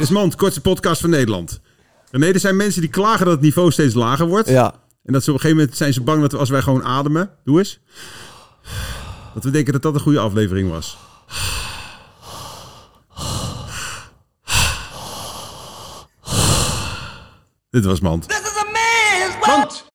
is Mand, kortste podcast van Nederland. Nee, er zijn mensen die klagen dat het niveau steeds lager wordt. Ja. En dat ze op een gegeven moment zijn ze bang dat als wij gewoon ademen, doe eens. Dat we denken dat dat een goede aflevering was. Dit was Mand. This is a man's world.